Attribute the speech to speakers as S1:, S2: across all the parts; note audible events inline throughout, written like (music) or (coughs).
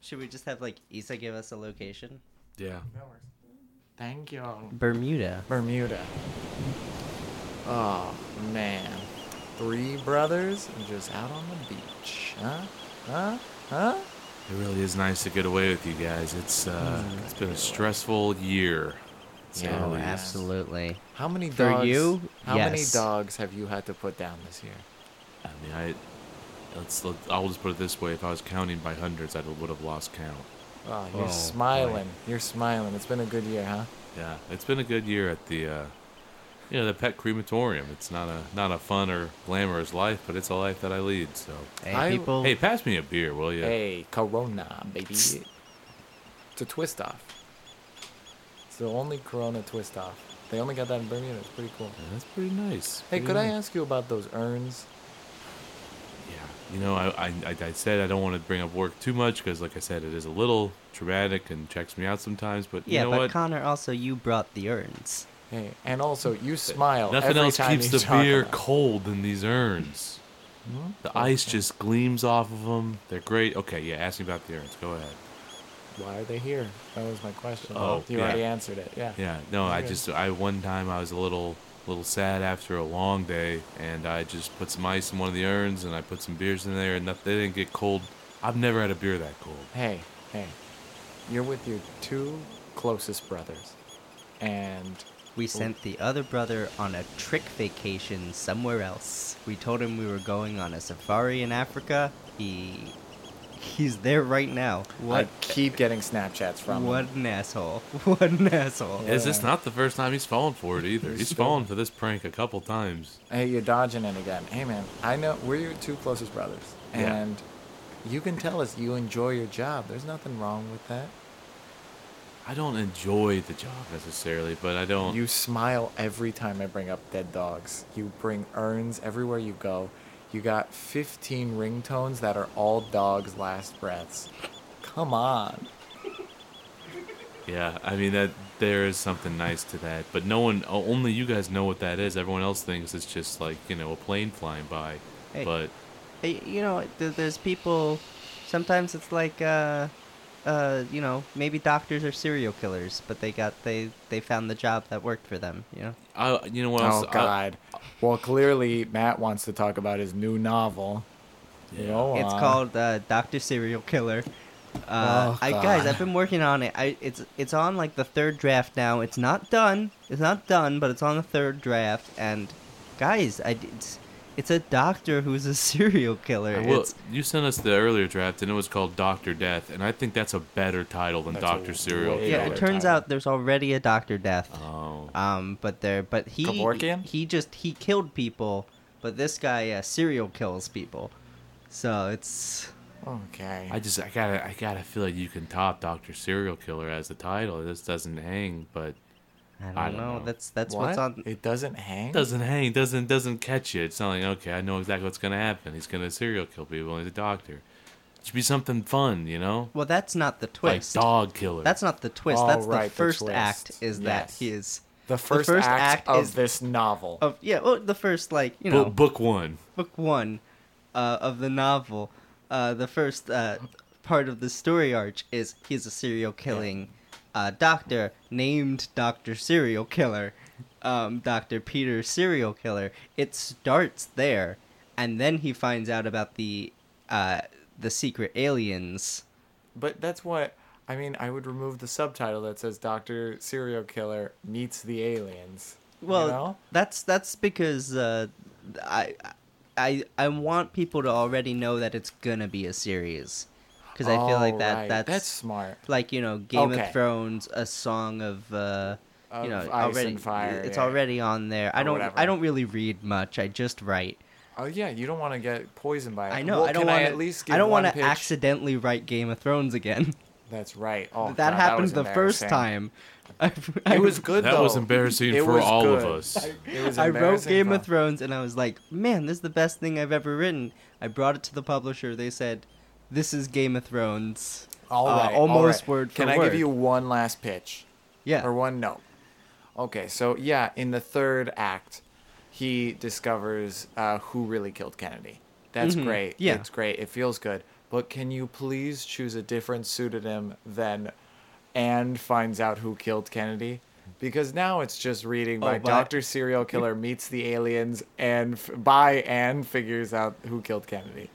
S1: Should we just have like Isa give us a location?
S2: Yeah.
S3: That works. Thank you.
S1: Bermuda.
S3: Bermuda. Oh man, three brothers and just out on the beach, huh? Huh? Huh?
S2: It really is nice to get away with you guys. It's uh,
S3: Mm.
S2: it's been a stressful year. So
S3: Yeah,
S1: Oh,
S3: yes.
S1: absolutely.
S3: How many
S1: For
S3: dogs?
S1: you,
S3: How many
S1: yes.
S3: dogs have you had to put down this year?
S2: I mean, I let's let, I'll just put it this way: if I was counting by hundreds, I would have lost count.
S3: Oh, you're
S2: Oh,
S3: smiling. You're smiling. It's been a good year, huh?
S2: Yeah, it's been a good year at the, uh, you know, the pet crematorium. It's not a not a fun or glamorous life, but it's a life that I lead. So,
S1: Hey,
S3: I-
S1: people.
S2: hey, pass me a beer, will you?
S3: Oh. Hey, Corona, baby. It's a twist off. It's the only Corona twist off. They only got that in Bermuda. It's pretty cool.
S2: Yeah, that's pretty nice.
S3: Hey,
S2: Pretty
S3: could I
S2: nice.
S3: ask you about those urns?
S2: Yeah, you know, I, I, I, I said I don't want to bring up work too much because, like I said, it is a little traumatic and checks me out sometimes. But
S1: yeah,
S2: you know
S1: but
S2: what?
S1: Connor, also you brought the urns.
S3: Hey, and also you smile.
S2: Nothing
S3: every
S2: else
S3: time
S2: keeps
S3: you
S2: the
S3: talk
S2: beer
S3: about it.
S2: cold than these urns. The ice just gleams off of them. They're great. Okay, yeah, ask me about the urns. Go ahead.
S3: Why are they here? That was my question.
S2: Oh,
S3: you
S2: yeah.
S3: already answered it. Yeah.
S2: Yeah, no, I
S3: Okay.
S2: just I one time I was a little little sad after a long day, and I just put some ice in one of the urns, and I put some beers in there, and noth- they didn't get cold. I've never had a beer that cold.
S3: Hey, hey, you're with your two closest brothers, and
S1: We sent the other brother on a trick vacation somewhere else. We told him we were going on a safari in Africa. He he's there right now. What
S3: I keep getting Snapchats from
S1: what an
S3: him.
S1: asshole. (laughs) What an asshole.
S2: Is this
S3: Yeah.
S2: not the first time he's fallen for it either?
S3: He's
S2: He's
S3: so-
S2: fallen for this prank a couple times.
S3: Hey, you're dodging it again. Hey, man, I know we're your two closest brothers,
S2: Yeah.
S3: and you can tell us you enjoy your job. There's nothing wrong with that.
S2: I don't enjoy the job necessarily, but I don't.
S3: You smile every time I bring up dead dogs. You bring urns everywhere you go. You got 15 ringtones that are all dogs' last breaths. Come on.
S2: Yeah, I mean that there is something nice to that, but no one, o- only you guys know what that is. Everyone else thinks it's just like you know a plane flying by,
S1: Hey.
S2: but
S1: Hey, you know, th- there's people. Sometimes it's like, uh, uh, you know, maybe doctors are serial killers, but they got they they found the job that worked for them. You know.
S2: I, you know what?
S3: Oh
S2: else? I-
S3: God. Well, clearly Matt wants to talk about his new novel. Go
S1: It's
S3: on.
S1: called uh, Doctor Serial Killer. Uh,
S3: Oh,
S1: I guys,
S3: God.
S1: I've been working on it. I it's it's on like the third draft now. It's not done. It's not done, but it's on the third draft. And guys, I d- it's, it's a doctor who's a (laughs) serial killer.
S2: Well,
S1: it's
S2: you sent us the earlier draft, and it was called Doctor Death, and I think that's a better title than
S3: That's
S2: Doctor
S3: a
S2: Serial.
S3: way
S1: yeah.
S2: Killer.
S1: It
S3: better
S1: turns
S3: title.
S1: out there's already a Doctor Death.
S2: Oh,
S1: Um, but there, but he
S3: Kevorkian?
S1: he just he killed people, but this guy uh, serial kills people. So it's
S3: Okay.
S2: I just I gotta I gotta feel like you can top Doctor Serial Killer as the title. This doesn't hang, but
S1: I don't,
S2: I don't
S1: know.
S2: know.
S1: That's that's
S3: What?
S1: what's on.
S3: It doesn't hang.
S2: doesn't hang, doesn't doesn't catch you. It's not like okay, I know exactly what's gonna happen. He's gonna serial kill people. and He's a doctor. It should be something fun, you know,
S1: Well, that's not the
S2: like
S1: twist.
S2: dog killer.
S1: That's not the twist.
S3: Oh,
S1: that's
S3: right,
S1: the
S3: the
S1: first
S3: twist.
S1: act. Is that
S3: Yes.
S1: he is
S3: the first, act, of
S1: is
S3: this novel.
S1: of yeah. Well, the first like you
S2: Bu-
S1: know
S2: book one.
S1: book one uh, of the novel. Uh, the first uh, part of the story arc is he's a serial killing uh, doctor named Doctor Serial Killer, um, Doctor Peter Serial Killer. It starts there, and then he finds out about the uh, the secret aliens.
S3: But that's what I mean. I would remove the subtitle that says Doctor Serial Killer meets the aliens. you
S1: Well,
S3: know?
S1: that's that's because uh, I I I want people to already know that it's gonna be a series because I feel like that
S3: Alright,
S1: that's,
S3: Oh, that's smart.
S1: like you know Game
S3: Okay.
S1: of Thrones, a song of. Uh, you
S3: Of
S1: know,
S3: Ice
S1: already
S3: and Fire,
S1: it's
S3: yeah.
S1: already on there. I
S3: Or
S1: don't. I
S3: whatever.
S1: don't really read much. I just write.
S3: Oh yeah, you don't want to get poisoned by it.
S1: I know.
S3: Uh, Well,
S1: I don't
S3: can
S1: want
S3: at least. Give
S1: I don't
S3: want
S1: want to accidentally write Game of Thrones again.
S3: That's right. (laughs)
S1: (laughs)
S3: Oh,
S1: that
S3: God,
S1: happened
S3: was
S1: the first
S3: embarrassing.
S1: time. (laughs) I,
S3: It was
S2: (laughs)
S3: good.
S2: That
S3: though.
S2: was embarrassing
S3: It
S2: for
S3: was
S2: all of
S3: good.
S2: us.
S3: It was
S1: I wrote
S3: embarrassing
S1: Game
S3: for-
S1: of Thrones and I was like, man, this is the best thing I've ever written. I brought it to the publisher. They said, this is Game of Thrones.
S3: All
S1: Uh,
S3: right, all
S1: almost
S3: right.
S1: word for
S3: Can
S1: word.
S3: I give you one last pitch?
S1: Yeah.
S3: Or one note. Okay, so yeah, in the third act, he discovers uh, who really killed Kennedy. That's great.
S1: Mm-hmm. yeah.
S3: It's great. It feels good. but can you please choose a different pseudonym than and finds out who killed Kennedy? Because now it's just reading by
S1: Oh, but-
S3: Dr. Serial Killer meets the aliens and f- by and figures out who killed Kennedy.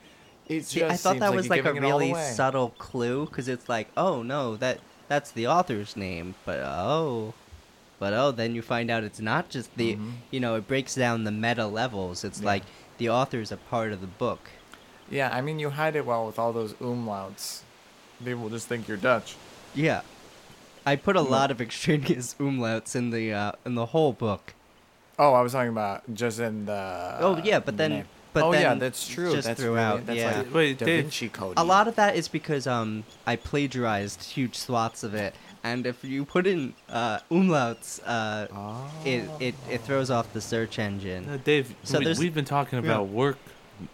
S3: It
S1: See,
S3: just
S1: I thought
S3: seems
S1: that
S3: like
S1: was
S3: you're
S1: like a
S3: giving it all
S1: really
S3: away.
S1: subtle clue because it's like, oh no, that that's the author's name, but oh, but oh, then you find out it's not just the, you know, it breaks down the meta levels. It's
S3: Mm-hmm. Yeah.
S1: like the author's a part of the book.
S3: Yeah, I mean, you hide it well with all those umlauts. They will just think you're Dutch.
S1: Yeah, I put a lot of (laughs) extraneous umlauts in the uh, in the whole book.
S3: Oh, I was talking about just in the.
S1: Oh, yeah, but then-
S3: name.
S1: but
S3: oh yeah,
S1: then
S3: that's true.
S1: just
S3: that's
S1: throughout,
S3: Really,
S1: yeah.
S3: that's like
S2: Wait,
S3: Da
S2: Dave-
S3: Vinci Code.
S1: A lot of that is because um, I plagiarized huge swaths of it, and if you put in uh, umlauts, uh,
S3: Oh.
S1: it, it it throws off the search engine.
S2: Now, Uh, Dave,
S1: So
S2: we,
S1: there's-
S2: we've been talking
S1: yeah.
S2: about work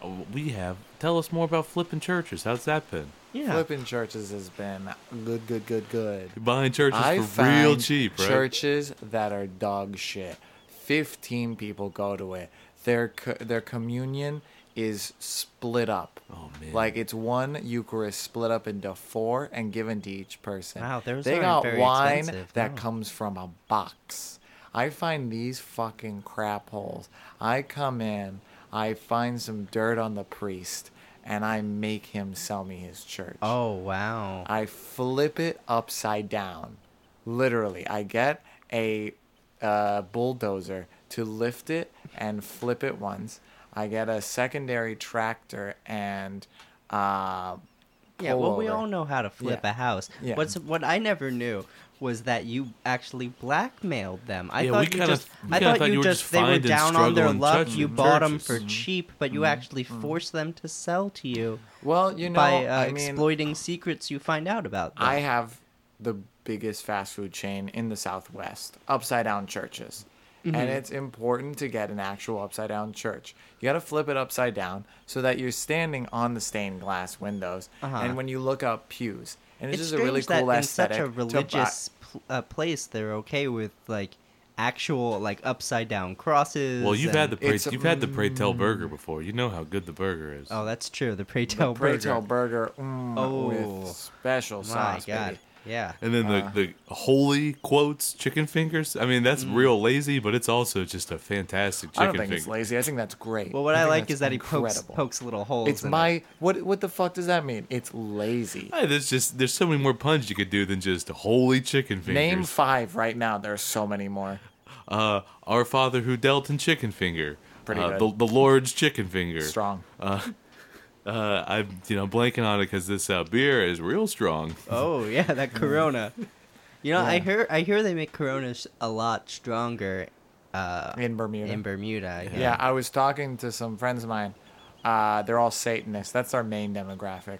S2: uh, we have. Tell us more about flipping churches. How's that been?
S1: Yeah.
S3: Flipping churches has been good, good, good, good.
S2: You're buying churches
S3: I
S2: for real
S3: find
S2: cheap, right?
S3: Churches that are dog shit. Fifteen people go to it. Their co- their communion is split up.
S2: Oh, man.
S3: Like it's one Eucharist split up into four and given to each person.
S1: Wow, those
S3: they
S1: aren't
S3: got
S1: very
S3: wine
S1: expensive, Oh.
S3: that
S1: no.
S3: comes from a box. I find these fucking crap holes. I come in, I find some dirt on the priest, and I make him sell me his church.
S1: Oh wow.
S3: I flip it upside down. Literally, I get a uh, bulldozer to lift it and flip it once. I get a secondary tractor and uh,
S1: Yeah, well we
S3: pullover.
S1: all know how to flip
S3: Yeah.
S1: a house.
S3: Yeah.
S1: What's what I never knew was that you actually blackmailed them. I
S2: Yeah,
S1: thought
S2: we
S1: you
S2: kinda-
S1: just
S2: we
S1: I
S2: kinda
S1: thought,
S2: thought
S1: you,
S2: you were
S1: just,
S2: just
S1: they were
S2: finding
S1: down on their
S2: struggling
S1: luck.
S2: church-
S1: You bought them for
S2: churches.
S1: cheap, but you actually forced them to sell to you
S3: Well, you know,
S1: by uh,
S3: I mean,
S1: exploiting secrets you find out about them.
S3: I have the biggest fast food chain in the Southwest, upside down churches.
S1: Mm-hmm.
S3: And it's important to get an actual upside down church. You got to flip it upside down so that you're standing on the stained glass windows.
S1: Uh-huh.
S3: And when you look up, pews. And it's,
S1: it's
S3: just a
S1: strange
S3: really
S1: that
S3: cool
S1: in
S3: aesthetic.
S1: such a
S3: to buy-
S1: religious pl- uh, place they're okay with like actual like upside down crosses.
S2: well, you've had the pray,
S3: It's Mm. a-
S2: you've had the pray tell burger before. You know how good the burger is.
S1: Oh, that's true. The pray
S3: The
S1: tell
S3: Pray
S1: burger.
S3: Tell burger mm,
S1: Oh.
S3: with special
S1: My
S3: sauce.
S1: god.
S3: baby.
S1: Yeah.
S2: and then
S3: uh.
S2: the, the holy quotes chicken fingers. I mean, that's real lazy, but it's also just a fantastic
S3: Mm. I
S2: chicken
S3: don't think
S2: finger.
S3: it's lazy. I think that's great.
S1: Well, what I, like
S3: think
S1: is
S3: that's
S1: that he pokes
S3: incredible.
S1: pokes little holes.
S3: It's
S1: in
S3: my.
S1: It.
S3: What, what the fuck does that mean? It's lazy.
S2: Hey, there's just there's so many more puns you could do than just holy chicken fingers.
S3: Name five right now. There's so many more.
S2: uh, our Father who dealt in chicken finger.
S3: Pretty
S2: uh,
S3: good.
S2: The, the Lord's chicken finger.
S3: Strong.
S2: Uh, I'm you know blanking on it because this uh, beer is real strong.
S1: Oh yeah,
S3: (laughs)
S1: that Corona. You know, I
S3: Yeah.
S1: hear I hear they make Coronas a lot stronger uh,
S3: in Bermuda.
S1: in Bermuda. Yeah.
S3: yeah. I was talking to some friends of mine. Uh, they're all Satanists. That's our main demographic.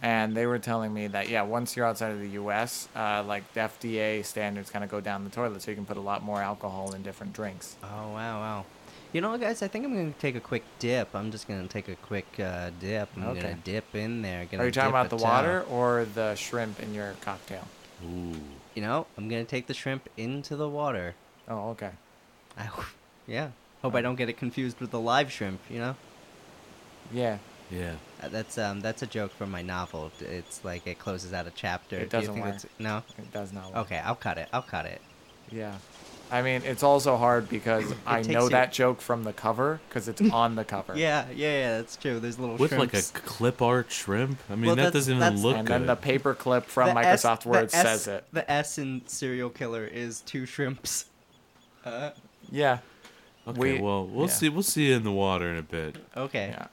S3: And they were telling me that, yeah, once you're outside of the U.S., uh, like the FDA standards kind of go down the toilet, so you can put a lot more alcohol in different drinks.
S1: Oh wow wow. You know, guys, I think I'm gonna take a quick dip. I'm just gonna take a quick uh, dip. I'm
S3: Okay.
S1: gonna dip in there. Gonna
S3: Are you talking
S1: dip
S3: about
S1: a
S3: the
S1: toe.
S3: water or the shrimp in your cocktail?
S2: Ooh.
S1: You know, I'm gonna take the shrimp into the water. (laughs)
S3: Oh, okay.
S1: I, hope- yeah. Hope
S3: Oh.
S1: I don't get it confused with the live shrimp. You know.
S3: Yeah.
S2: Yeah.
S1: Uh, That's um that's a joke from my novel. D- It's like it closes out a chapter.
S3: It
S1: Do you
S3: doesn't
S1: think
S3: work.
S1: that's- No.
S3: It does not work.
S1: Okay, I'll cut it. I'll cut it.
S3: Yeah. I mean, it's also
S1: (coughs)
S3: hard because I
S1: takes
S3: know
S1: you-
S3: that joke from the cover
S1: (laughs)
S3: because it's on the cover.
S1: Yeah, yeah, yeah. That's true. There's little
S2: With like a
S1: shrimps.
S2: clip art shrimp. I mean,
S1: Well,
S2: that
S1: that's-
S2: doesn't even
S1: that's-
S2: look
S3: And
S2: good.
S3: then the paperclip from
S1: The S-
S3: Microsoft
S1: the
S3: Word
S1: S-
S3: says it.
S1: The S in serial killer is two shrimps.
S2: (laughs)
S1: Uh,
S3: Yeah.
S2: okay.
S3: we-
S2: well, we'll
S3: yeah.
S2: see. We'll see you in the water in a bit.
S1: okay.
S3: Yeah.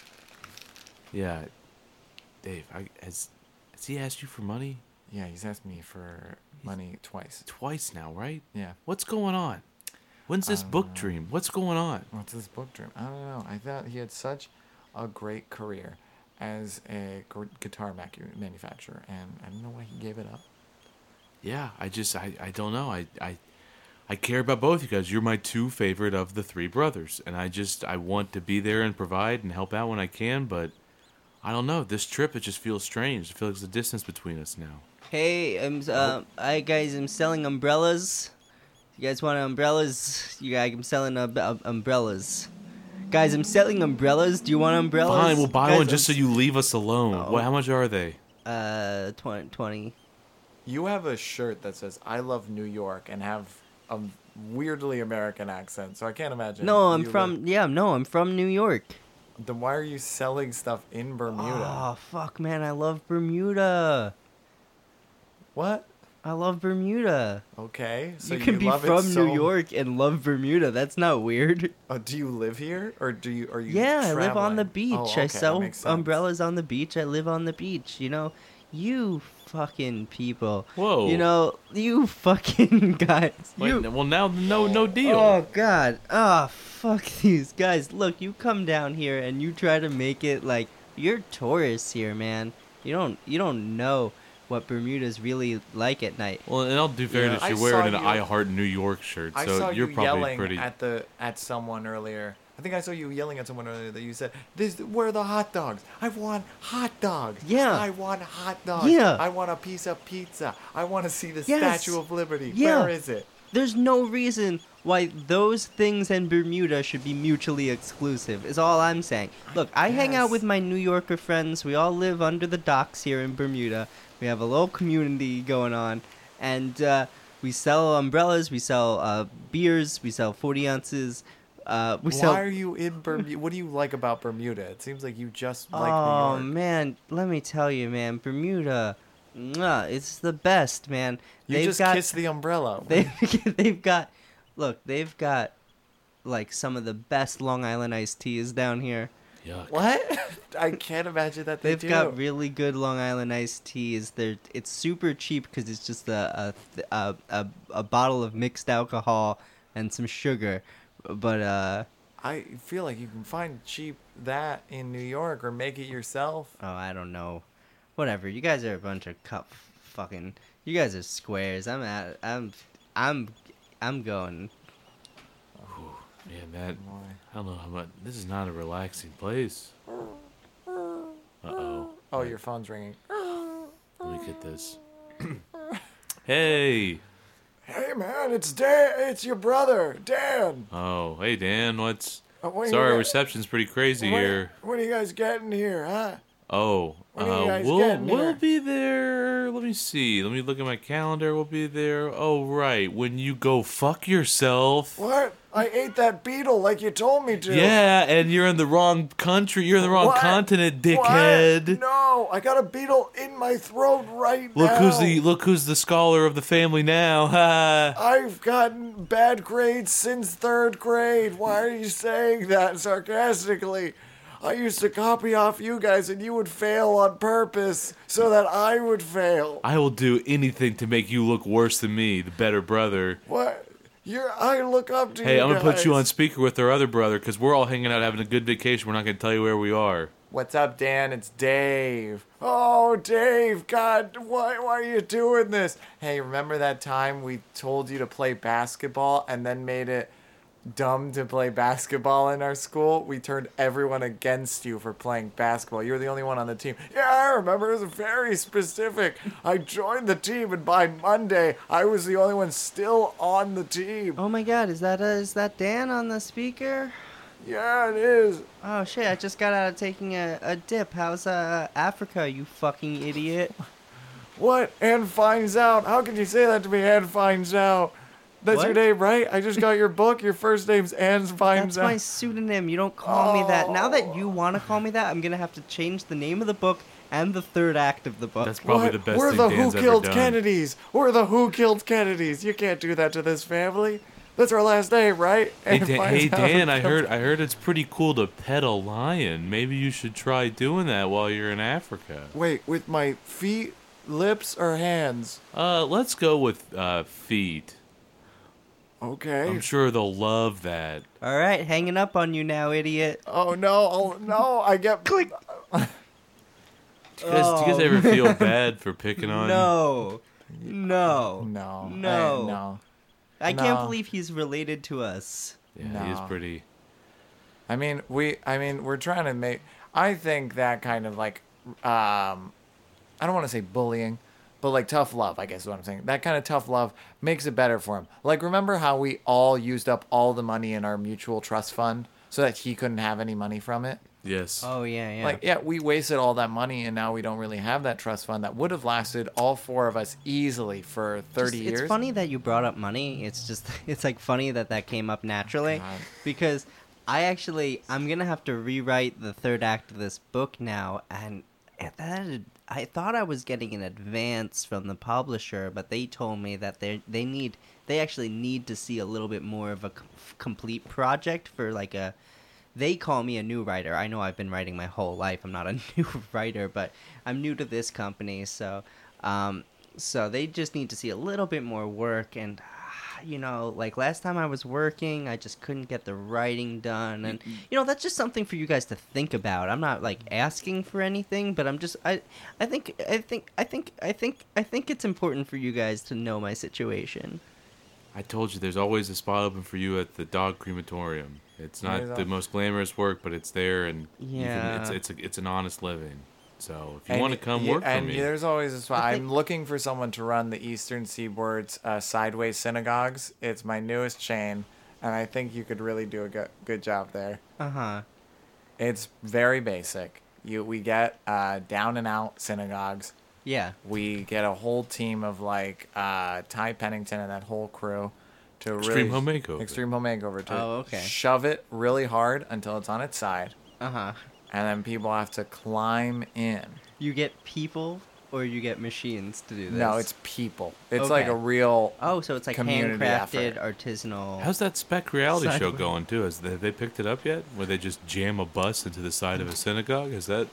S2: Yeah. Dave, I, has has he asked you for money
S3: Yeah, he's asked me for money twice.
S2: twice now, right?
S3: Yeah.
S2: What's going on? When's this book
S3: Uh,
S2: dream? What's going on?
S3: What's his book dream? I don't know. I thought he had such a great career as a gu- guitar macu- manufacturer, and I don't know why he gave it up.
S2: Yeah, I just I, I don't know. I, I I care about both you guys. You're my two favorite of the three brothers, and I just I want to be there and provide and help out when I can, but I don't know. This trip it just feels strange. It feels like the distance between us now.
S1: Hey, I'm. Uh, I guys, I'm selling umbrellas. You guys want umbrellas? You guys, I'm selling uh, umbrellas. Guys, I'm selling umbrellas. Do you want umbrellas?
S2: Fine, we'll buy
S1: Guys,
S2: one just so
S1: I'm-
S2: you leave us alone.
S1: Oh.
S2: What? How much are they?
S1: Uh, 20. 20.
S3: You have a shirt that says "I love New York" and have a weirdly American accent, so I can't imagine.
S1: No, I'm
S3: you
S1: from. Yeah, no, I'm from New York.
S3: live- Then why are you selling stuff in Bermuda?
S1: Oh, fuck, man. I love Bermuda.
S3: What?
S1: I love Bermuda.
S3: Okay, so
S1: you can be
S3: love it
S1: from
S3: so-
S1: New York and love Bermuda. That's not weird.
S3: Oh, do you live here, or do you are you?
S1: (laughs) Yeah, I live on the
S3: traveling?
S1: beach.
S3: Oh, okay,
S1: I
S3: that
S1: sell
S3: makes sense.
S1: umbrellas on the beach. I live on the beach. You know, you fucking people.
S2: Whoa.
S1: You know, you fucking (laughs) guys.
S2: Wait,
S1: you.
S2: n- well now, no, no deal.
S1: Oh god. Ah, fuck (laughs) these guys. Look, you come down here and you try to make it like you're tourists here, man. You don't you don't know what Bermuda's really like at night.
S2: Well, and I'll do
S1: Yeah.
S2: fairness.
S3: I
S2: You're wearing an
S3: saw you-
S2: I Heart New York shirt,
S3: I
S2: so
S3: saw
S2: you're
S3: you
S2: probably
S3: yelling
S2: pretty.
S3: at the at someone earlier. I think I saw you yelling at someone earlier that you said, "This where are the hot dogs? I want hot dogs.
S1: Yeah.
S3: I want hot dogs.
S1: Yeah.
S3: I want a piece of pizza. I want to see the
S1: Yes.
S3: Statue of Liberty.
S1: Yeah.
S3: Where is it?
S1: There's no reason why those things and Bermuda should be mutually exclusive, is all I'm saying. Look, I hang out
S3: guess.
S1: with my New Yorker friends. We all live under the docks here in Bermuda. We have a little community going on. And uh, we sell umbrellas, we sell uh, beers, we sell 40 ounces. Uh, we
S3: Why
S1: sell.
S3: are you in Bermuda? What do you like about Bermuda? It seems like you just like
S1: oh,
S3: New York.
S1: man, let me tell you, man, Bermuda, mwah, it's the best, man.
S3: You
S1: They've
S3: just
S1: got-
S3: kiss the umbrella.
S1: They (laughs) they've got look, they've got like some of the best Long Island iced teas down here.
S2: Yuck.
S3: what? (laughs) I can't imagine that they
S1: They've
S3: do.
S1: got really good Long Island iced teas. They're it's super cheap because it's just a a, th- a a a bottle of mixed alcohol and some sugar, but uh
S3: I feel like you can find cheap that in New York or make it yourself.
S1: oh I don't know, whatever. You guys are a bunch of cup fucking. You guys are squares. I'm at I'm I'm I'm going.
S2: Man, that I don't know how much. This is not a relaxing place. Uh oh.
S3: Oh, your phone's ringing.
S2: Let me get this. (clears throat) hey.
S3: Hey man, it's Dan. It's your brother, Dan.
S2: Oh, hey Dan. What's?
S3: Uh, what do you
S2: Sorry,
S3: got-
S2: reception's pretty crazy
S3: What-
S2: here.
S3: What are you guys getting here, huh?
S2: Oh,
S3: What are you
S2: uh,
S3: guys
S2: we'll
S3: getting
S2: we'll
S3: here?
S2: be there. Let me see. Let me look at my calendar. We'll be there. Oh right, when you go fuck yourself.
S3: What? I ate that beetle like you told me to.
S2: Yeah, and you're in the wrong country. You're in the wrong
S3: What?
S2: continent,
S3: What?
S2: dickhead.
S3: No, I got a beetle in my throat right
S2: Look
S3: now.
S2: who's the look who's the scholar of the family now. (laughs) Ha.
S3: I've gotten bad grades since third grade. Why are you saying that sarcastically? I used to copy off you guys and you would fail on purpose so that I would fail.
S2: I will do anything to make you look worse than me, the better
S1: (laughs)
S2: brother.
S3: What? You're I look up to you.
S2: Hey, I'm gonna put you on
S3: guys.
S2: speaker with our other brother because we're all hanging out having a good vacation. We're not gonna tell you where
S1: (laughs)
S2: we are.
S3: What's up, Dan? It's Dave. Oh, Dave, God, why, why are you doing this? Hey, remember that time we told you to play basketball and then made it dumb to play basketball in our school? We turned everyone against you for playing basketball. You were the only one on the team. Yeah, I remember. It was very specific. I joined the team, and by Monday, I was the only one still on the team.
S1: Oh my God, is that uh, is that Dan on the speaker?
S3: Yeah, it is.
S1: Oh shit, I just got out of taking a, a dip. How's uh, Africa, you fucking idiot?
S3: What? Anne finds out. How can you say that to me? Anne finds out. That's your
S1: What?
S3: name, right? I just got your book. Your first name's Anne finds
S1: That's my
S3: out.
S1: pseudonym. You don't call me that. Now that
S3: Oh.
S1: you want to call me that, I'm going to have to change the name of the book and the third act of the book.
S2: That's probably
S3: What?
S2: the best
S3: We're
S2: thing
S3: the
S2: Dan's ever
S3: Who Killed
S2: done.
S3: Kennedys. We're the Who Killed Kennedys. You can't do that to this family. That's our last name, right?
S2: Hey,
S3: Anne
S2: Dan,
S3: finds
S2: hey,
S3: out.
S2: Dan I heard I heard it's pretty cool to pet a lion. Maybe you should try doing that while you're in Africa.
S3: Wait, with my feet, lips, or hands?
S2: Uh, let's go with uh, feet.
S3: Okay.
S2: I'm sure they'll love that.
S1: All right, hanging up on you now, idiot.
S3: Oh no! Oh no! I get
S1: Click.
S2: Do you guys, do you guys
S1: Oh. (laughs)
S2: ever feel bad for picking on?
S1: No. No.
S3: No. I-
S1: No.
S3: no.
S1: I can't
S3: No.
S1: believe he's related to us.
S2: Yeah, he is
S3: No.
S2: pretty.
S3: I mean, we. I mean, we're trying to make. I think that kind of like, um, I don't want to say bullying, but like tough love. I guess is what I'm saying. That kind of tough love makes it better for him. Like, remember how we all used up all the money in our mutual trust fund, so that he couldn't have any money from it.
S2: Yes.
S1: Oh yeah, yeah.
S3: Like, yeah, we wasted all that money, and now we don't really have that trust fund that would have lasted all four of us easily for thirty
S1: Just-
S3: years.
S1: It's funny that you brought up money. It's just (laughs) it's like funny that that came up naturally
S3: God.
S1: because I actually I'm going to have to rewrite the third act of this book now and at that I thought I was getting an advance from the publisher, but they told me that they they need they actually need to see a little bit more of a com- complete project for like a they call me a new writer. I know I've been writing my whole life. I'm not a (laughs) new writer, but I'm new to this company, so um, so they just need to see a little bit more work. And ah, (sighs) you know, like last time I was working, I just couldn't get the writing done, and you know that's just something for you guys to think about. I'm not like asking for anything, but I'm just I I think I think I think I think I think it's important for you guys to know my situation.
S2: I told you there's always a spot open for you at the dog crematorium. It's
S3: There's
S2: not
S3: a-
S2: the most glamorous work, but it's there, and you can, it's
S1: Yeah.
S2: it's a, it's an honest living. So if you
S3: And
S2: want to come
S3: y-
S2: work for
S3: and
S2: me,
S3: there's always a spot.
S1: I think-
S3: I'm looking for someone to run the Eastern Seaboard's uh, Sideways Synagogues. It's my newest chain, and I think you could really do a go- good job there.
S1: Uh huh.
S3: Uh-huh. It's very basic. You we get uh, down and out synagogues.
S1: Yeah.
S3: We get a whole team of like uh, Ty Pennington and that whole crew to
S2: Extreme
S3: really
S2: Home Makeover.
S3: Extreme Home Makeover to
S1: Oh, okay.
S3: shove it really hard until it's on its side,
S1: Uh huh.
S3: and then people have to climb in.
S1: You get people or you get machines to do this.
S3: No, it's people. It's like
S1: Okay.
S3: a real.
S1: oh, so it's like
S3: community
S1: handcrafted
S3: effort.
S1: artisanal.
S2: how's that spec reality show
S1: Sideways.
S2: going too? Has they, have they picked it up yet? Where they just jam a bus into the side of a synagogue? Is that?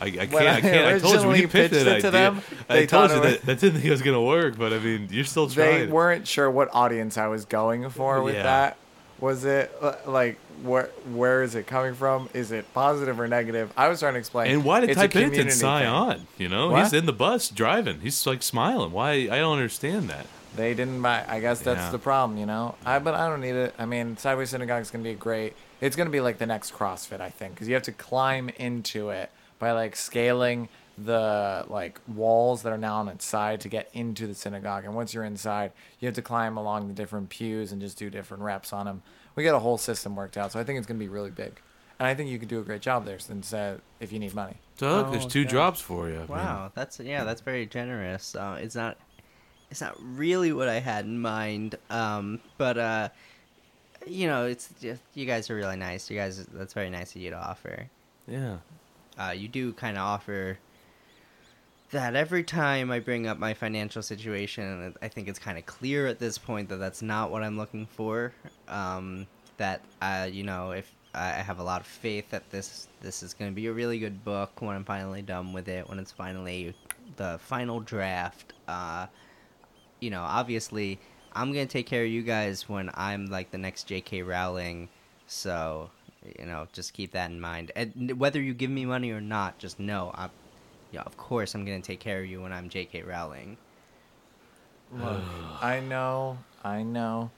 S2: I, I can't. I, can't. I told you when
S3: originally
S2: you pitched,
S3: pitched it
S2: that
S3: to
S2: idea,
S3: them,
S2: I
S3: they
S2: told
S3: thought
S2: you
S3: it was-
S2: that, that didn't think it was gonna work. But I mean, you're still trying.
S3: They weren't sure what audience I was going for with
S2: Yeah.
S3: that. Was it uh, like where where is it coming from? Is it positive or negative? I was trying to explain.
S2: And why did
S3: it's
S2: Ty
S3: a
S2: Pennington
S3: community
S2: sigh
S3: thing.
S2: on? You know,
S3: What?
S2: he's in the bus driving. He's like smiling. Why? I don't understand that.
S3: They didn't buy. I guess that's
S2: Yeah.
S3: the problem, you know. I but I don't need it. I mean, Sideways Synagogue's gonna be great. It's gonna be like the next CrossFit, I think, because you have to climb into it by like scaling the like walls that are now on its side to get into the synagogue. And once you're inside, you have to climb along the different pews and just do different reps on them. We got a whole system worked out, so I think it's gonna be really big. And I think you could do a great job there, since uh, if you need money.
S2: So look, there's
S1: Oh,
S2: two
S1: God.
S2: jobs for you. I mean,
S1: Wow, that's yeah, that's very generous. Uh, it's not, it's not really what I had in mind. Um, but uh, you know, it's just you guys are really nice. You guys, that's very nice of you to offer.
S2: yeah.
S1: Uh, you do kind of offer that every time I bring up my financial situation, and I think it's kind of clear at this point that that's not what I'm looking for. Um, that uh, you know, if I I have a lot of faith that this this is going to be a really good book when I'm finally done with it, when it's finally the final draft. Uh, you know, obviously, I'm gonna take care of you guys when I'm like the next J.K. Rowling. So, you know, just keep that in mind. And n- whether you give me money or not, just know, I'm, you know, of course, I'm gonna take care of you when I'm J.K. Rowling.
S3: Look, I know, I know,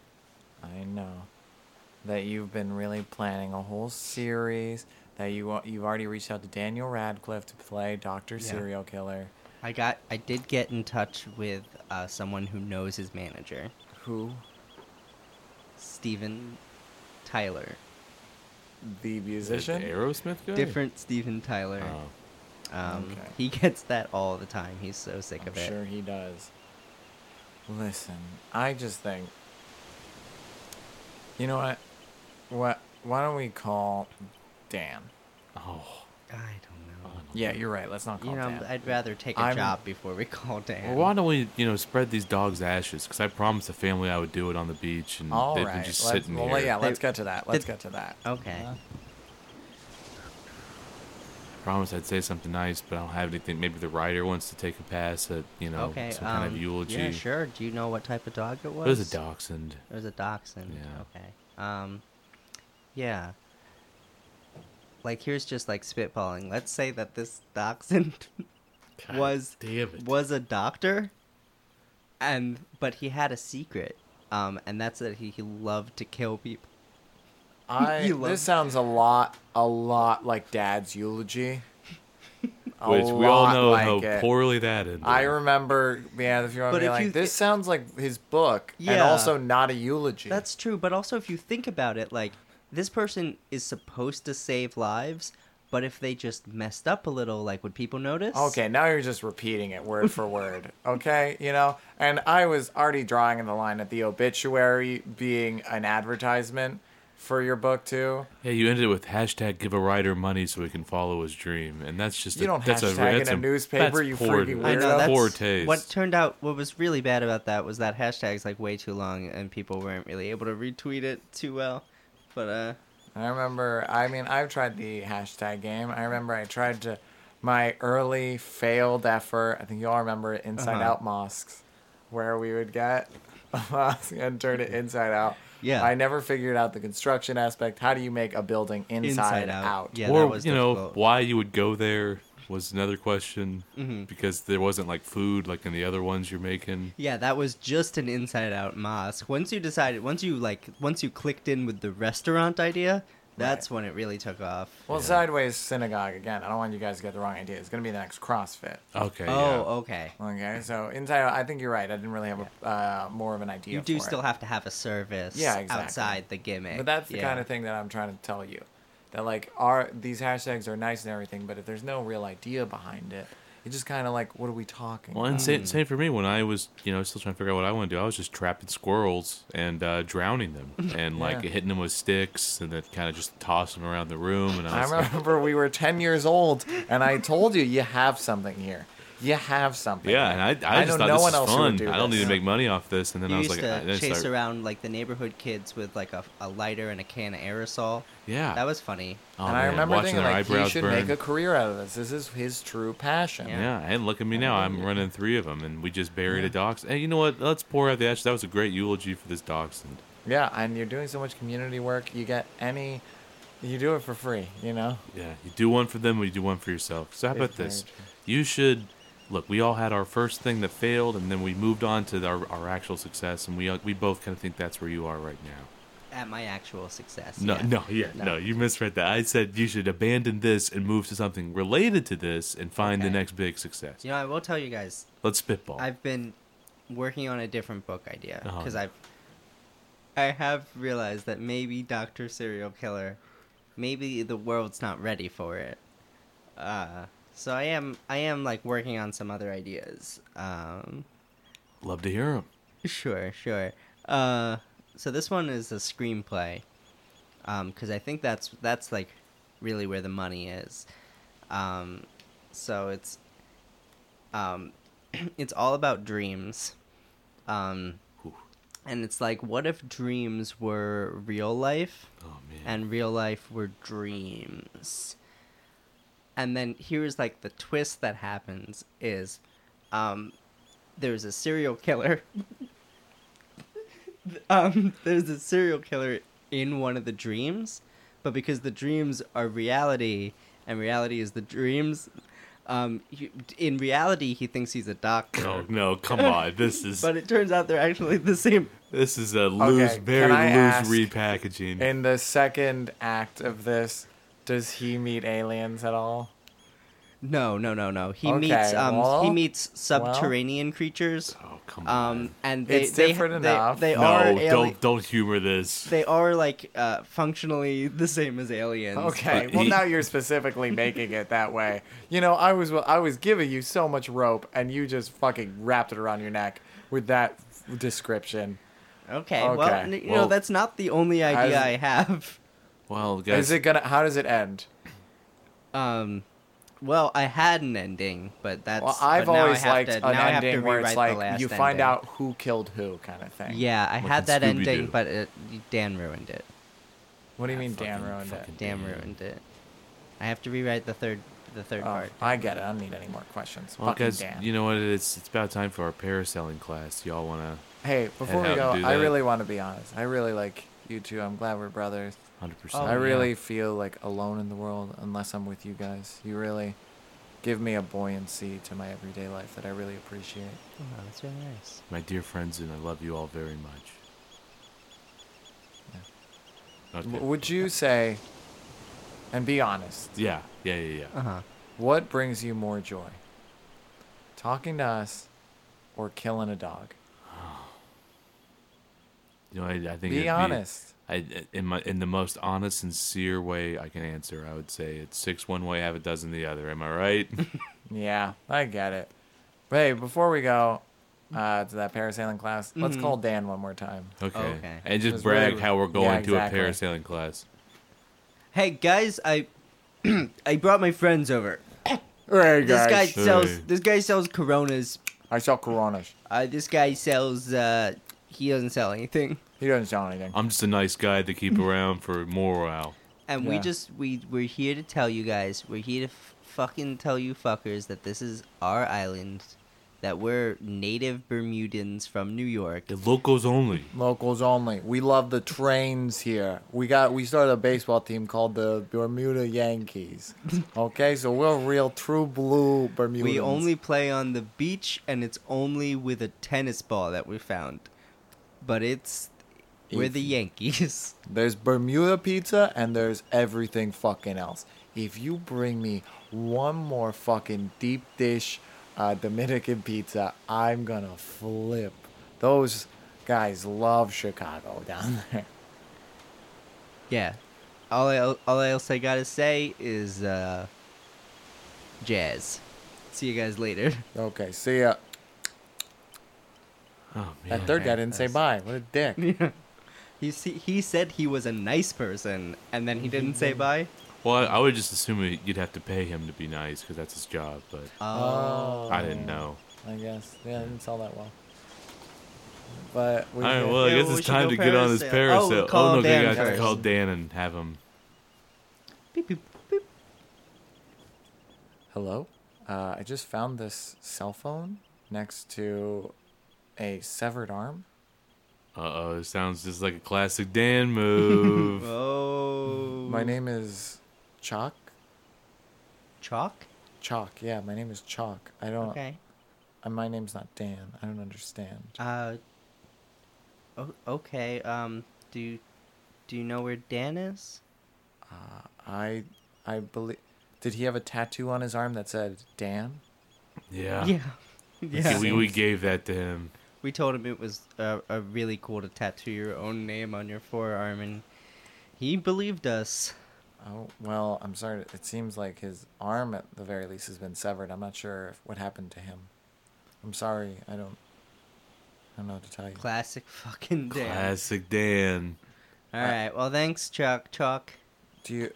S3: I know that you've been really planning a whole series. That you wa- you've already reached out to Daniel Radcliffe to play Doctor
S1: Yeah.
S3: Serial Killer.
S1: I got, I did get in touch with uh, someone who knows his manager,
S3: Who?
S1: Steven Tyler,
S2: Is
S3: The
S2: it
S3: musician.
S2: the Aerosmith guy?
S1: different Steven Tyler.
S2: Oh.
S1: Um,
S3: Okay.
S1: He gets that all the time. He's so sick
S3: I'm
S1: of it.
S3: sure he does. Listen, I just think. You know what? What? Why don't we call Dan?
S2: Oh.
S1: I don't know.
S3: Yeah, you're right. Let's not call
S1: You know,
S3: Dan.
S1: I'd rather take a
S3: I'm-
S1: job before we call Dan.
S2: Well, why don't we, you know, spread these dogs' ashes? Because I promised the family I would do it on the beach, and
S3: All
S2: they've
S3: right.
S2: been just
S3: let's,
S2: sitting
S3: well,
S2: here.
S3: yeah, let's
S1: They-
S3: get to that. Let's
S1: they-
S3: get to that.
S1: Okay.
S2: I promised I'd say something nice, but I don't have anything. Maybe the writer wants to take a pass at, you know,
S1: okay.
S2: some kind
S1: um,
S2: of eulogy.
S1: Yeah, sure. Do you know what type of dog it
S2: It
S1: was?
S2: was a dachshund.
S1: It was a dachshund.
S2: Yeah.
S1: Okay. Um, yeah. Like here's just like spitballing. Let's say that this
S2: (laughs)
S1: dachshund was
S2: damn it.
S1: was a doctor, and but he had a secret, um, and that's that he, he loved to kill people.
S3: I
S1: You love-
S2: (laughs)
S3: this sounds a lot a lot like Dad's eulogy. A
S2: which we all
S3: lot
S2: know
S3: like
S2: how
S3: it.
S2: poorly that ended.
S3: I remember, yeah, the few
S1: But
S3: of
S1: if
S3: being like,
S1: you-
S3: this sounds like his book, and
S1: Yeah.
S3: also not a eulogy.
S1: That's true, but also if you think about it, like this person is supposed to save lives, but if they just messed up a little, like would people notice?
S3: okay. Now you're just repeating it word for word. Okay, you know, and I was already drawing in the line at the obituary being an advertisement for your book too.
S2: Yeah, you ended it with hashtag give a writer money so he can follow his dream, and that's just
S3: You
S2: a,
S3: don't
S2: that's a,
S3: hashtag in
S2: that's
S3: a newspaper,
S2: that's
S3: you
S2: poor,
S3: freaking
S1: I
S3: weirdo.
S1: know that's
S2: poor taste.
S1: what turned out. What was really bad about that was that hashtag's like way too long, and people weren't really able to retweet it too well. But uh,
S3: I remember, I mean, I've tried the hashtag game. I remember I tried to, my early failed effort, I think you all remember it, Inside
S1: Uh-huh.
S3: Out Mosques, where we would get (laughs) a mosque and turn it inside out.
S1: Yeah.
S3: I never figured out the construction aspect. How do you make a building inside,
S1: Inside out.
S3: out?
S1: Yeah,
S2: or
S1: that was
S2: you know
S1: difficult.
S2: why you would go there was another question
S3: Mm-hmm.
S2: because there wasn't like food like in the other ones you're making.
S1: yeah, that was just an inside out mosque. Once you decided, once you like, once you clicked in with the restaurant idea, that's when it really took off.
S3: Well, Sideways Synagogue, again, I don't want you guys to get the wrong idea. It's going to be the next CrossFit.
S2: Okay. yeah.
S1: Oh, okay.
S3: Okay, so inside out, I think you're right. I didn't really have a, uh, more of an idea.
S1: You do
S3: for it.
S1: still have to have a service
S3: Yeah, exactly.
S1: outside the gimmick.
S3: But that's the
S1: Eh, yeah.
S3: kind of thing that I'm trying to tell you. That like are these hashtags are nice and everything, but if there's no real idea behind it, it's just kind of like what are we talking?
S2: Well,
S3: about?
S2: and same, same for me. When I was, you know, still trying to figure out what I want to do, I was just trapping squirrels and uh, drowning
S3: (laughs)
S2: them, and like
S3: Yeah.
S2: hitting them with sticks, and then kind of just tossing them around the room. (laughs) And I
S3: I
S2: was like,
S3: remember we were 10 years old, and I told you you have something here. You have something.
S2: yeah,
S3: here."
S2: and I, I,
S3: know
S2: just thought
S3: no
S2: this
S3: one
S2: is
S3: else who
S2: fun.
S3: would do
S2: I don't need
S3: this.
S2: to make money off this. And then
S1: You
S2: I was
S1: used
S2: like, I
S1: to
S2: then I
S1: chase
S2: started-
S1: around like the neighborhood kids with like a, a lighter and a can of aerosol.
S2: yeah,
S1: That was funny.
S2: Oh,
S3: and I
S2: man,
S3: remember
S2: watching
S3: thinking
S2: their
S3: like he
S2: eyebrows
S3: should
S2: burn.
S3: make a career out of this. This is his true passion.
S1: Yeah.
S2: Yeah, and look at me now. I'm running three of them, and we just buried a dachshund. Hey, you know what? Let's pour out the ashes. That was a great eulogy for this dachshund.
S3: Yeah, and you're doing so much community work. You get any, you do it for free. You know.
S2: Yeah, you do one for them, you do one for yourself. So how about
S3: It's very
S2: this?
S3: true.
S2: You should look. We all had our first thing that failed, and then we moved on to our, our actual success, and we uh, we both kind of think that's where you are right now.
S1: At my actual success.
S2: No,
S1: yeah.
S2: no, yeah, no. You misread that. I said you should abandon this and move to something related to this, and find the
S1: Okay.
S2: next big success.
S1: You know, I will tell you guys,
S2: Let's spitball.
S1: I've been working on a different book idea
S2: Oh. Uh-huh.
S1: because I've I have realized that maybe Doctor Serial Killer, maybe the world's not ready for it. Uh, so I am I am like working on some other ideas. Um,
S2: Love to hear them.
S1: Sure, sure. Uh, so this one is a screenplay, because I think that's that's like really where the money is. Um, so it's um, (clears throat) it's all about dreams, um, and it's like, what if dreams were real life?
S2: Oh man.
S1: and real life were dreams. And then here's like the twist that happens is um, there's a serial killer. (laughs) um, there's a serial killer in one of the dreams, but because the dreams are reality and reality is the dreams, um, he, in reality he thinks he's a doctor.
S2: Oh no! Come on. This is
S1: But it turns out they're actually the same
S2: this is a loose,
S3: can
S2: very
S3: I ask-
S2: loose repackaging.
S3: In the second act of this, does he meet aliens at all?
S1: No, no, no, no. He
S3: Okay,
S1: meets um he
S3: well,
S1: meets subterranean creatures.
S2: oh come on.
S1: Um and they
S3: It's
S1: they,
S3: different
S1: they,
S3: enough.
S1: They
S2: no,
S1: are
S2: don't
S1: ali-
S2: don't humor this.
S1: they are like uh functionally the same as aliens.
S3: Okay,
S2: But
S3: well
S2: he-
S3: now you're specifically making it that way. You know, I was I was giving you so much rope, and you just fucking wrapped it around your neck with that description.
S1: Okay. Well,
S3: Okay,
S1: n- you know
S2: well-
S1: that's not the only idea
S3: As-
S1: I have.
S2: Well, guys,
S3: Is it gonna? How does it end?
S1: Um well, I had an ending, but that's
S3: Well, I've
S1: but now I
S3: always
S1: have
S3: liked
S1: to,
S3: an
S1: now I have to
S3: ending where it's
S1: rewrite the
S3: like
S1: last
S3: you find
S1: ending.
S3: out who killed who, kind of thing.
S1: Yeah, I
S2: Like
S1: had
S2: in
S1: that ending,
S2: Scooby-Doo.
S1: but it, Dan ruined it.
S3: What do you mean, Dan
S2: fucking-
S3: ruined
S2: fucking-
S3: it?
S1: Dan
S2: Yeah.
S1: ruined it. I have to rewrite the third the third
S3: Oh,
S1: part.
S3: I get it. I don't need any more questions.
S2: well,
S3: fucking
S2: guys,
S3: Dan.
S2: you know what? It's it's about time for our parasailing class. Y'all wanna
S3: Hey, before
S2: out
S3: we
S2: and
S3: go,
S2: do
S3: I
S2: that.
S3: really want to be honest. I really like you two. I'm glad we're brothers.
S2: hundred
S1: Oh,
S2: percent?
S3: I
S1: yeah.
S3: really feel like alone in the world unless I'm with you guys. You really give me a buoyancy to my everyday life that I really appreciate.
S1: Oh, that's really nice.
S2: my dear friends, and I love you all very much. Okay.
S3: W Would you say, and be honest,
S2: yeah, yeah, yeah, yeah.
S1: Uh-huh.
S3: What brings you more joy? Talking to us or killing a dog?
S2: You know, I, I think it'd
S3: Be honest.
S2: I, in my in the most honest, sincere way I can answer, I would say it's six one way, half a dozen the other. Am I right? (laughs)
S3: Yeah, I get it. But hey, before we go uh, to that parasailing class, let's call Dan one more time.
S2: Okay.
S1: Okay.
S2: And just
S3: Just
S2: brag
S3: really-
S2: how we're
S3: yeah,
S2: going
S3: exactly.
S2: to a parasailing class.
S1: Hey guys, I (clears throat) I brought my friends over.
S3: Hey
S1: This guy
S2: Hey.
S1: sells. This guy sells Coronas.
S3: I sell Coronas.
S1: Uh, this guy sells. Uh, he doesn't sell anything.
S3: He doesn't sell anything.
S2: I'm just a nice guy to
S3: (laughs)
S2: keep around for morale.
S1: And we
S3: Yeah.
S1: just we we're here to tell you guys. We're here to f- fucking tell you fuckers that this is our island. That we're native Bermudans from New York.
S2: The locals only.
S3: Locals only. We love the trains here. We got we started a baseball team called the Bermuda
S1: (laughs)
S3: Yankees. Okay, so we're real true blue Bermuda.
S1: We only play on the beach, and it's only with a tennis ball that we found. But it's we're the
S3: Easy.
S1: Yankees. (laughs)
S3: There's Bermuda pizza and there's everything fucking else. If you bring me one more fucking deep dish uh, Dominican pizza, I'm gonna flip. Those guys love Chicago down there. (laughs)
S1: Yeah. All I all else I gotta say is uh, jazz. See you guys later. (laughs)
S3: Okay, see ya.
S2: Oh man.
S3: That third guy didn't say bye. What a dick.
S1: He see, he said he was a nice person, and then he didn't say
S2: (laughs)
S1: bye.
S2: Well, I, I would just assume that you'd have to pay him to be nice because that's his job. But
S1: Oh.
S2: I didn't know.
S3: I guess. Yeah, I didn't sell that well. But we
S2: All right.
S3: did.
S2: Well, I
S1: Yeah,
S2: guess
S1: well, we
S2: it's
S1: should
S2: time
S1: go
S2: to get on this
S1: parasail. Oh,
S2: parasail. Oh,
S1: call
S2: no,
S1: Dan
S2: we got to
S1: first.
S2: call Dan and have him.
S1: Beep, beep, beep.
S3: Hello? Uh, I just found this cell phone next to a severed arm.
S2: Uh oh, it sounds just like a classic Dan move.
S1: Oh.
S3: My name is Chalk.
S1: Chalk.
S3: Chalk. Yeah, my name is Chalk. I don't.
S1: Okay.
S3: Uh, my name's not Dan. I don't understand.
S1: Uh. o- okay. Um. Do you, do you know where Dan is?
S3: I I believe. Did he have a tattoo on his arm that said Dan?
S2: yeah.
S1: (laughs)
S2: (laughs)
S1: Yeah.
S2: See,
S1: Yeah.
S2: we, we gave that to him.
S1: We told him it was uh, a really cool to tattoo your own name on your forearm, and he believed us.
S3: Oh well, I'm sorry. It seems like his arm, at the very least, has been severed. I'm not sure if, what happened to him. I'm sorry. I don't. I don't know what to tell you.
S1: Classic fucking Dan.
S2: Classic Dan.
S1: All right. Well, thanks, Chuck. Chuck.
S3: Do you?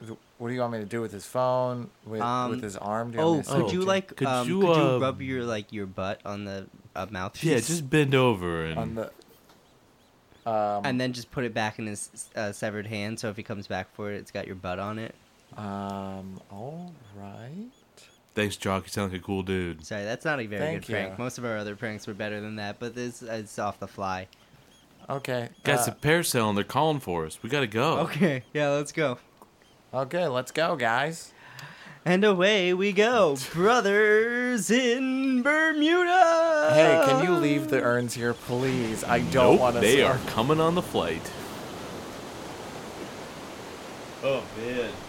S3: th- What do you want me to do with his phone? With
S1: Um,
S3: with his arm? Do you want
S1: Oh,
S3: me to
S1: could
S2: Oh,
S3: sever
S1: you
S3: it?
S1: like
S2: Could
S1: um,
S2: you,
S1: could you
S2: um,
S1: rub your like your butt on the uh, mouthpiece?
S2: Yeah, just bend over and
S3: on the? Um,
S1: and then just put it back in his uh, severed hand. So if he comes back for it, it's got your butt on it.
S3: um. All right.
S2: thanks, Jock. You sound like a cool dude.
S1: Sorry, that's not a very
S3: Thank
S1: good prank.
S3: you.
S1: Most of our other pranks were better than that, but this uh, it's off the fly.
S3: Okay.
S2: Guys,
S3: uh,
S2: the parasail and they're calling for us. We gotta go.
S1: Okay. Yeah. Let's go.
S3: okay. Let's go, guys.
S1: And away we
S2: (laughs)
S1: go, brothers in Bermuda.
S3: Hey, can you leave the urns here, please? I don't
S2: Nope,
S3: want to.
S2: they are coming on the flight. Oh man.